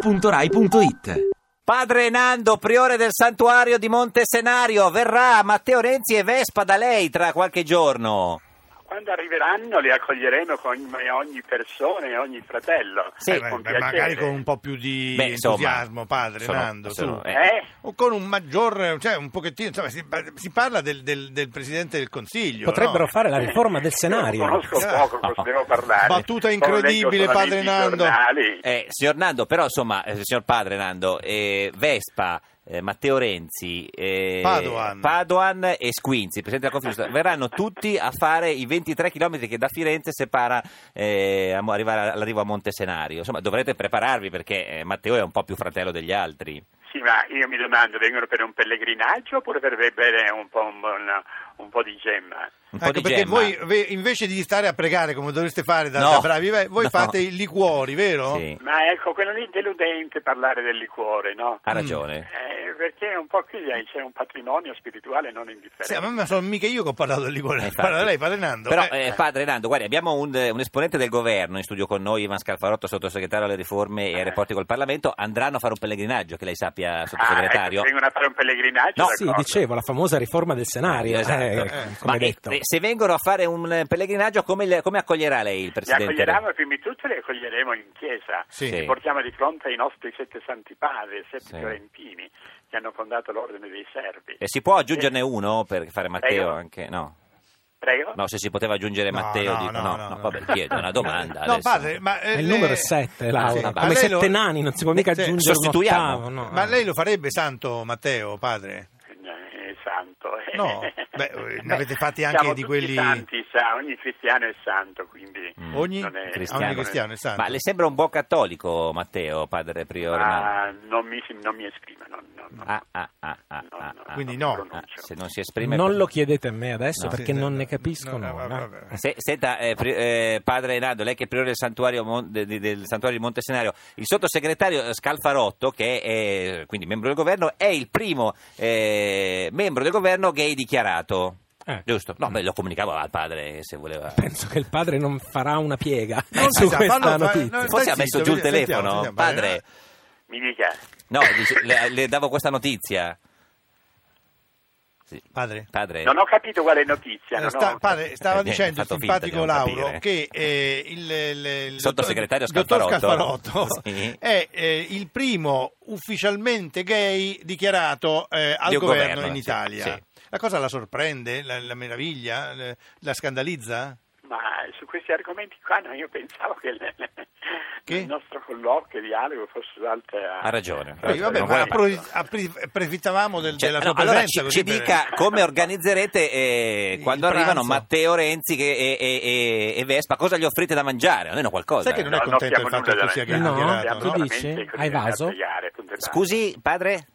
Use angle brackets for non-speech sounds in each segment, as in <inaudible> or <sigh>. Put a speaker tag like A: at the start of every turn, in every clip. A: radio2pod.rai.it
B: Padre Nando, priore del santuario di Montesenario, verrà Matteo Renzi e Vespa da lei tra qualche giorno.
C: Quando arriveranno li accoglieremo come ogni persona e ogni fratello.
B: Sì.
C: Eh,
B: beh,
C: con
D: beh,
C: piacere.
D: magari con un po' più di
B: Beh, insomma,
D: entusiasmo, padre
B: sono-
D: Nando, su.
B: sono-
C: Eh?
D: O con un maggior, cioè un pochettino, insomma, si, si parla del, del- del Presidente del Consiglio.
E: Potrebbero
D: no?
E: fare la riforma
D: <laughs>
E: del senario.
C: Io Conosco poco, cosa devo parlare.
D: Battuta
C: Ho
D: incredibile,
C: letto solamente
D: padre
C: i
D: Nando.
C: giornali.
B: Eh, signor Nando, però insomma, eh, signor padre Nando, eh, Vespa, eh, Matteo Renzi, eh,
D: Padoan.
B: Padoan e Squinzi, Presidente della Conferenza, verranno tutti a fare i 23 km che da Firenze separa eh, a mo- arrivare all'arrivo a Montesenario. Insomma, dovrete prepararvi perché eh, Matteo è un po' più fratello degli altri.
C: Sì, ma io mi domando, vengono per un pellegrinaggio oppure per bere un po', un, buon- un po' di gemma?
B: Un po'
D: Ecco,
B: di
D: perché
B: gemma.
D: voi ve- invece di stare a pregare come dovreste fare da,
B: No.
D: da bravi, beh, voi
B: No.
D: fate i liquori, vero?
B: Sì,
C: Ma ecco, quello lì è deludente parlare del liquore, no?
B: ha
D: Mm.
B: ragione.
C: Eh, perché un po' qui c'è un patrimonio spirituale non
D: Sì,
C: indifferente. Ah, ecco,
D: ma- ma sono mica io che ho parlato del liquore,
B: Eh,
D: ha
B: infatti.
D: parlato lei, padre Nando.
B: Però,
D: Eh,
B: eh, padre Nando, guardi, abbiamo un, un esponente del governo in studio con noi, Ivan Scalfarotto, sottosegretario alle riforme e
D: Eh.
B: ai rapporti col Parlamento. Andranno a fare un pellegrinaggio, che lei sappia, sottosegretario.
C: Ah, ecco, vengono a fare un pellegrinaggio?
B: No.
E: Sì,
C: d'accordo.
E: dicevo, la famosa riforma del senario,
B: Esatto.
E: eh, come
B: Ma
E: detto.
B: eh, eh, se vengono a fare un eh, pellegrinaggio, come, le- come accoglierà lei il
C: Li
B: presidente?
C: accoglieranno prima di tutto, li accoglieremo in chiesa.
D: Sì.
C: Li portiamo di fronte ai nostri sette santi padri, sette
B: Sì.
C: fiorentini, che hanno fondato l'ordine dei servi.
B: Eh, si può aggiungerne uno per fare Matteo?
C: Prego.
B: Anche? No.
C: Prego?
B: no, se si poteva aggiungere
D: No,
B: Matteo,
D: no,
B: dico,
D: no,
B: no, no,
D: no, no.
B: vabbè, chiedo una domanda.
D: <laughs> No,
B: adesso.
D: padre, ma... eh,
E: Il
D: lei-
E: numero è 7,
D: Sì,
E: Laura.
D: ma
E: Come
D: lei
E: sette
D: lo-
E: nani, non si può mica
D: Sì.
E: aggiungere un
B: sostituiamo.
E: ottavo. No.
D: Ma lei lo farebbe santo, Matteo, padre?
C: Eh, santo. eh.
D: No,
C: <laughs>
D: beh, eh, ne avete fatti anche
C: siamo
D: di
C: tutti
D: quelli-
C: santi, sa, ogni cristiano è santo, quindi...
D: Ogni
C: non è-
B: Mm. cristiano.
D: ogni cristiano è santo.
B: Ma le sembra un buon cattolico Matteo, padre
D: Ah,
B: Priore? Nando?
C: Ma Ah, non mi, non mi esprimo, no, no, no.
B: Ah, ah, ah, ah,
C: No,
B: ah,
C: no,
B: ah.
D: Quindi
C: non mi
D: no.
B: Ah,
C: pronuncio.
B: se non si esprime
E: non
B: per-
E: lo chiedete a me adesso
B: No.
E: perché
D: Sì,
E: non
D: sì,
E: ne
D: no,
E: capisco
D: no,
E: nulla.
D: vabbè, vabbè.
B: Se- senta, eh, pri- eh, padre Nando, lei che è priore del santuario, Mon- de- de- del santuario di Montesenario, il sottosegretario eh, Scalfarotto, che è eh, quindi membro del governo, è il primo eh, membro del governo gay dichiarato.
E: Eh.
B: Giusto? No, beh, lo comunicavo al padre se voleva.
E: Penso che il padre non farà
D: <laughs>
E: una piega
D: Non
E: su
D: si sa,
E: questa
D: fallo- fa-
E: notizia.
D: no,
B: Forse
D: stai
B: ha messo
D: zitto,
B: giù il
D: vedi- sentiamo,
B: telefono,
D: sentiamo,
E: eh.
B: padre.
C: Mi dica,
B: No, dice- le, le davo questa notizia. Sì,
D: Padre.
B: Padre.
C: non ho capito quale
B: Cioè,
C: notizia.
D: Eh,
C: Non
D: sta-
C: ho...
D: padre, stava
B: Eh, niente,
D: dicendo il
B: fatto finta
D: simpatico
B: di non
D: Lauro
B: capire.
D: che eh, il, il- il dottor-
B: Sottosegretario
D: dottor
B: Scalfarotto. <laughs>
D: Scalfarotto
B: Sì.
D: è eh, il primo ufficialmente gay dichiarato eh, al
B: Di un
D: governo,
B: governo,
D: in
B: sì,
D: Italia.
B: sì.
D: La cosa la sorprende, la, la meraviglia, la, la scandalizza?
C: Ma su questi argomenti qua no, io pensavo che, le- le-
D: Che?
C: il nostro colloquio, dialogo fosse su altra...
B: Ha ragione.
D: Poi,
B: Eh,
D: vabbè,
B: non
D: ma
B: vuole-
D: appro- appri- approfittavamo del-
B: Cioè,
D: della
B: no,
D: sua
B: allora
D: presenza.
B: ci,
D: così
B: ci
D: per- <laughs>
B: dica come organizzerete eh,
D: Il
B: quando arrivano
D: pranzo.
B: Matteo Renzi che- e, e- e- e Vespa, cosa gli offrite da mangiare? Almeno qualcosa.
D: Sai che non è
C: No, non
D: contento
C: siamo
D: il fatto
C: nulla
D: che tu
C: da
D: sia gay
E: vedere. No?
D: dichiarato,
E: Tu
D: no?
E: dici? Hai vaso?
B: Scusi, padre?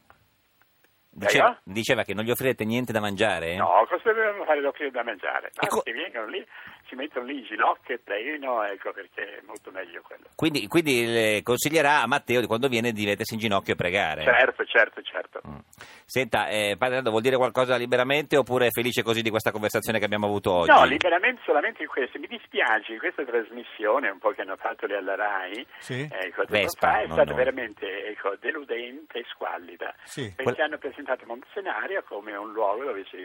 B: Diceva,
C: Prego?
B: diceva che non gli offrirete niente da mangiare?
C: No, cosa dobbiamo fare l'offrire da mangiare? Ma
B: Ecco.
C: se vengono lì, si mettono lì in ginocchio e pregano, ecco perché è molto meglio quello.
B: Quindi, quindi le consiglierà a Matteo di quando viene di mettersi in ginocchio e pregare. Mm.
C: Certo, certo, certo.
B: Senta, eh, padre Nando, vuol dire qualcosa liberamente oppure è felice così di questa conversazione che abbiamo avuto oggi?
C: No, liberamente solamente in questo. Mi dispiace, questa trasmissione un po' che hanno fatto le alla RAI,
D: Sì.
C: ecco, tempo
B: Eh, Vespa,
C: fa, è
B: non
C: stata
B: noi.
C: veramente ecco, deludente e squallida.
D: Sì.
C: Perché
B: Quel-
C: hanno presentato Montesenario come un luogo dove si,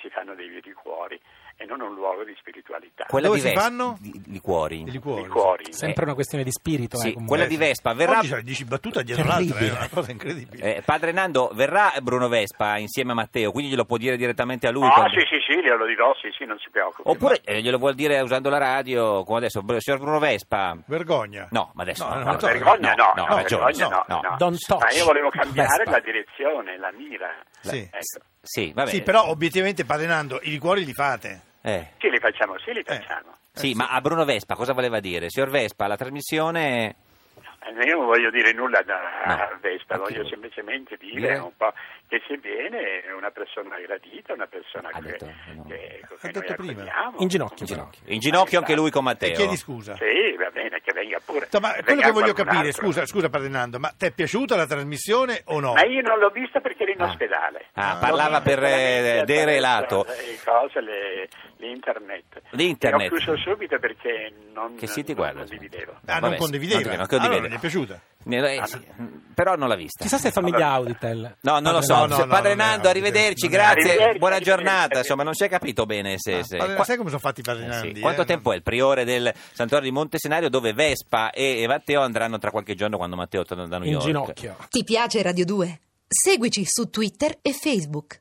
C: si fanno dei veri cuori e non un luogo di spiritualità.
B: Quella
D: Dove
B: di
D: si
B: Vespa-
D: fanno?
B: Di, di cuori.
D: I
C: Di
D: liquori.
C: cuori.
E: Sempre una questione di spirito. eh,
B: Sì,
E: comunque.
B: quella di Vespa verrà...
D: Oggi c'è dieci battute dietro l'altra, eh, è una cosa incredibile.
B: Eh, padre Nando, verrà Bruno Vespa insieme a Matteo, quindi glielo può dire direttamente a lui.
C: Ah,
B: quando-
C: sì, sì, sì, glielo dirò, sì, sì, non si preoccupi.
B: Oppure eh, glielo vuol dire usando la radio, come adesso, br- signor Bruno Vespa.
D: Vergogna.
B: No, ma adesso
D: No, no,
B: no,
D: so-
C: Vergogna no, no,
B: ha ragione,
C: vergogna no,
B: no,
C: no.
E: Don't touch.
C: Ma io volevo cambiare
E: Vespa.
C: la direzione, la mira.
D: Sì.
C: Ecco.
B: Sì, Eh, vabbè.
D: Sì, però obiettivamente padre Nando, i liquori li fate.
B: Eh,
C: Sì, li facciamo, sì, li facciamo.
B: sì, ma a Bruno Vespa cosa voleva dire? Signor Vespa, la trasmissione...
C: Eh, Io non voglio dire nulla da
B: No.
C: a Vespa,
B: Ok.
C: voglio semplicemente dire
B: Dire?
C: un po' che se viene è una persona gradita, una persona
B: Ha
C: che,
B: detto, no.
C: che, ecco,
D: Ha
C: che
D: detto
C: noi
D: prima.
C: accogliamo.
E: In ginocchio.
B: In ginocchio, In ginocchio anche lui con
D: E
B: Matteo.
D: chiedi scusa.
C: Sì, va bene, che venga pure.
D: Insomma,
C: che
D: quello
C: venga
D: che voglio
C: qualcun
D: capire,
C: altro.
D: scusa, scusa padre Nando, ma ti è piaciuta la trasmissione o no?
C: Ma io non l'ho vista perché ero in
B: Ah.
C: ospedale.
B: Ah,
D: Ah,
B: parlava
D: no,
B: per eh,
C: Veramente
B: derelato.
C: attraverso Le cose, le- l'internet.
B: L'internet.
C: E ho chiuso subito perché non,
B: Che siti
C: non
B: guarda?
C: condividevo.
D: Ah, non condivideva.
B: Non
D: Allora non gli è piaciuta?
B: Eh,
C: Ah,
B: sì, però non l'ha vista.
E: Chissà se è famiglia Auditel.
B: No, non lo
E: Padre
B: so.
E: Nando.
D: Eh, no,
B: Se-
D: no,
B: padre
D: non è
B: Nando,
D: Auditel,
B: arrivederci,
D: non è
B: grazie,
C: Auditel.
B: buona
C: Arrivederci.
B: giornata. Insomma, non si è capito bene se. se-
D: Ah, padre-
B: qua-
D: Sai come sono fatti i
B: Eh
D: padri
B: sì.
D: Nandi? eh?
B: Quanto tempo è il priore del santuario di Montesenario dove Vespa e e Matteo andranno tra qualche giorno quando Matteo torna da New
E: In
B: York?
E: ginocchio.
A: Ti piace Radio 2? Seguici su Twitter e Facebook.